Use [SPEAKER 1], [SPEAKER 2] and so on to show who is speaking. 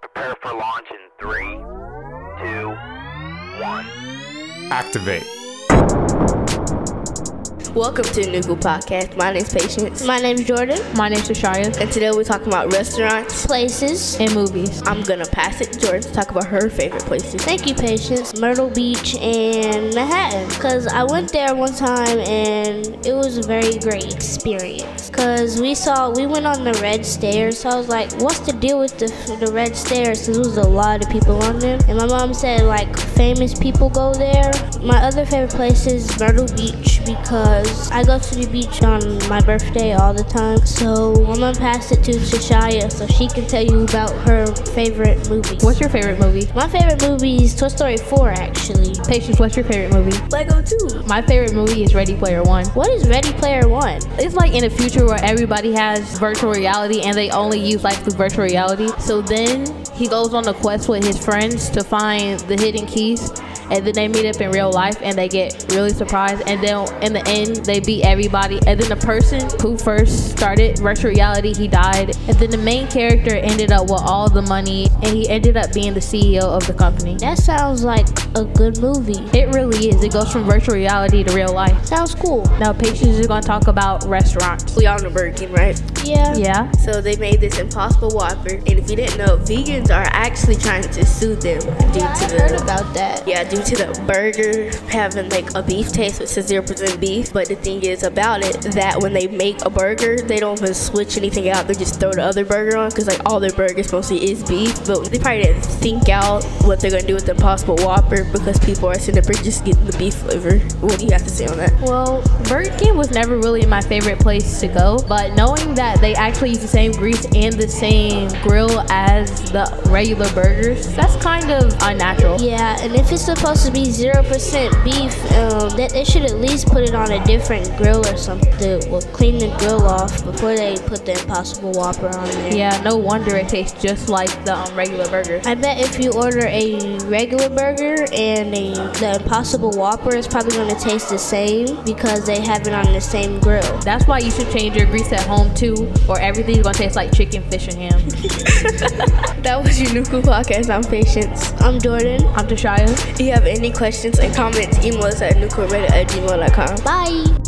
[SPEAKER 1] Prepare for launch in three, two, one.
[SPEAKER 2] Activate.
[SPEAKER 3] Welcome to the Nuku Podcast. My name's Patience,
[SPEAKER 4] My name's Jordan.
[SPEAKER 5] My name's Asharia.
[SPEAKER 3] and today we're talking about restaurants.
[SPEAKER 4] Places.
[SPEAKER 5] And movies.
[SPEAKER 3] I'm gonna pass it to Jordan to talk about her favorite places.
[SPEAKER 4] Thank you, Patience. Myrtle Beach and Manhattan. Because I went there one time and it was a very great experience. Because we saw, we went on the red stairs. So I was like, what's the deal with the, the red stairs? Because there was a lot of people on them. And my mom said, like, famous people go there. My other favorite place is Myrtle Beach because I go to the beach on my birthday all the time. So I'm going to pass it to Shashaya so she can tell you about her favorite movies.
[SPEAKER 5] What's your favorite movie?
[SPEAKER 4] My favorite movie is Toy Story 4, actually.
[SPEAKER 5] Patience, what's your favorite movie?
[SPEAKER 3] Lego too.
[SPEAKER 5] My favorite movie is Ready Player One.
[SPEAKER 4] What is Ready Player One?
[SPEAKER 5] It's like in a future where everybody has virtual reality and they only use life through virtual reality. So then he goes on a quest with his friends to find the hidden keys. And then they meet up in real life and they get really surprised. And then in the end, they beat everybody. And then the person who first started virtual reality, he died. And then the main character ended up with all the money and he ended up being the CEO of the company.
[SPEAKER 4] That sounds like a good movie.
[SPEAKER 5] It really is. It goes from virtual reality to real life.
[SPEAKER 4] Sounds cool.
[SPEAKER 5] Now, Patience is going to talk about restaurants.
[SPEAKER 3] We all know Burger King, right?
[SPEAKER 4] Yeah.
[SPEAKER 5] Yeah.
[SPEAKER 3] So they made this Impossible Whopper, and if you didn't know, vegans are actually trying to sue them due
[SPEAKER 4] I
[SPEAKER 3] to
[SPEAKER 4] heard
[SPEAKER 3] the
[SPEAKER 4] about that.
[SPEAKER 3] yeah due to the burger having like a beef taste, which is zero percent beef. But the thing is about it that when they make a burger, they don't even switch anything out. They just throw the other burger on because like all their burgers mostly is beef. But they probably didn't think out what they're gonna do with the Impossible Whopper because people are sitting there just getting the beef flavor. What do you have to say on that?
[SPEAKER 5] Well, Burger King was never really my favorite place to go, but knowing that they actually use the same grease and the same grill as the regular burgers, that's kind of unnatural.
[SPEAKER 4] Yeah, and if it's supposed to be 0% beef, um, that they should at least put it on a different grill or something. Well, clean the grill off before they put the Impossible Whopper on there.
[SPEAKER 5] Yeah, no wonder it tastes just like the um, regular burgers.
[SPEAKER 4] I bet if you order a regular burger and a, the Impossible Whopper, it's probably going to taste the same because they have it on the same grill.
[SPEAKER 5] That's why you should change your grease at home too, or everything's gonna taste like chicken, fish, and ham.
[SPEAKER 3] That was your Nuku podcast. I'm Patience.
[SPEAKER 4] I'm Jordan.
[SPEAKER 5] I'm Tashaya.
[SPEAKER 3] If you have any questions and comments, email us at nukureddit at gmail.com.
[SPEAKER 4] Bye.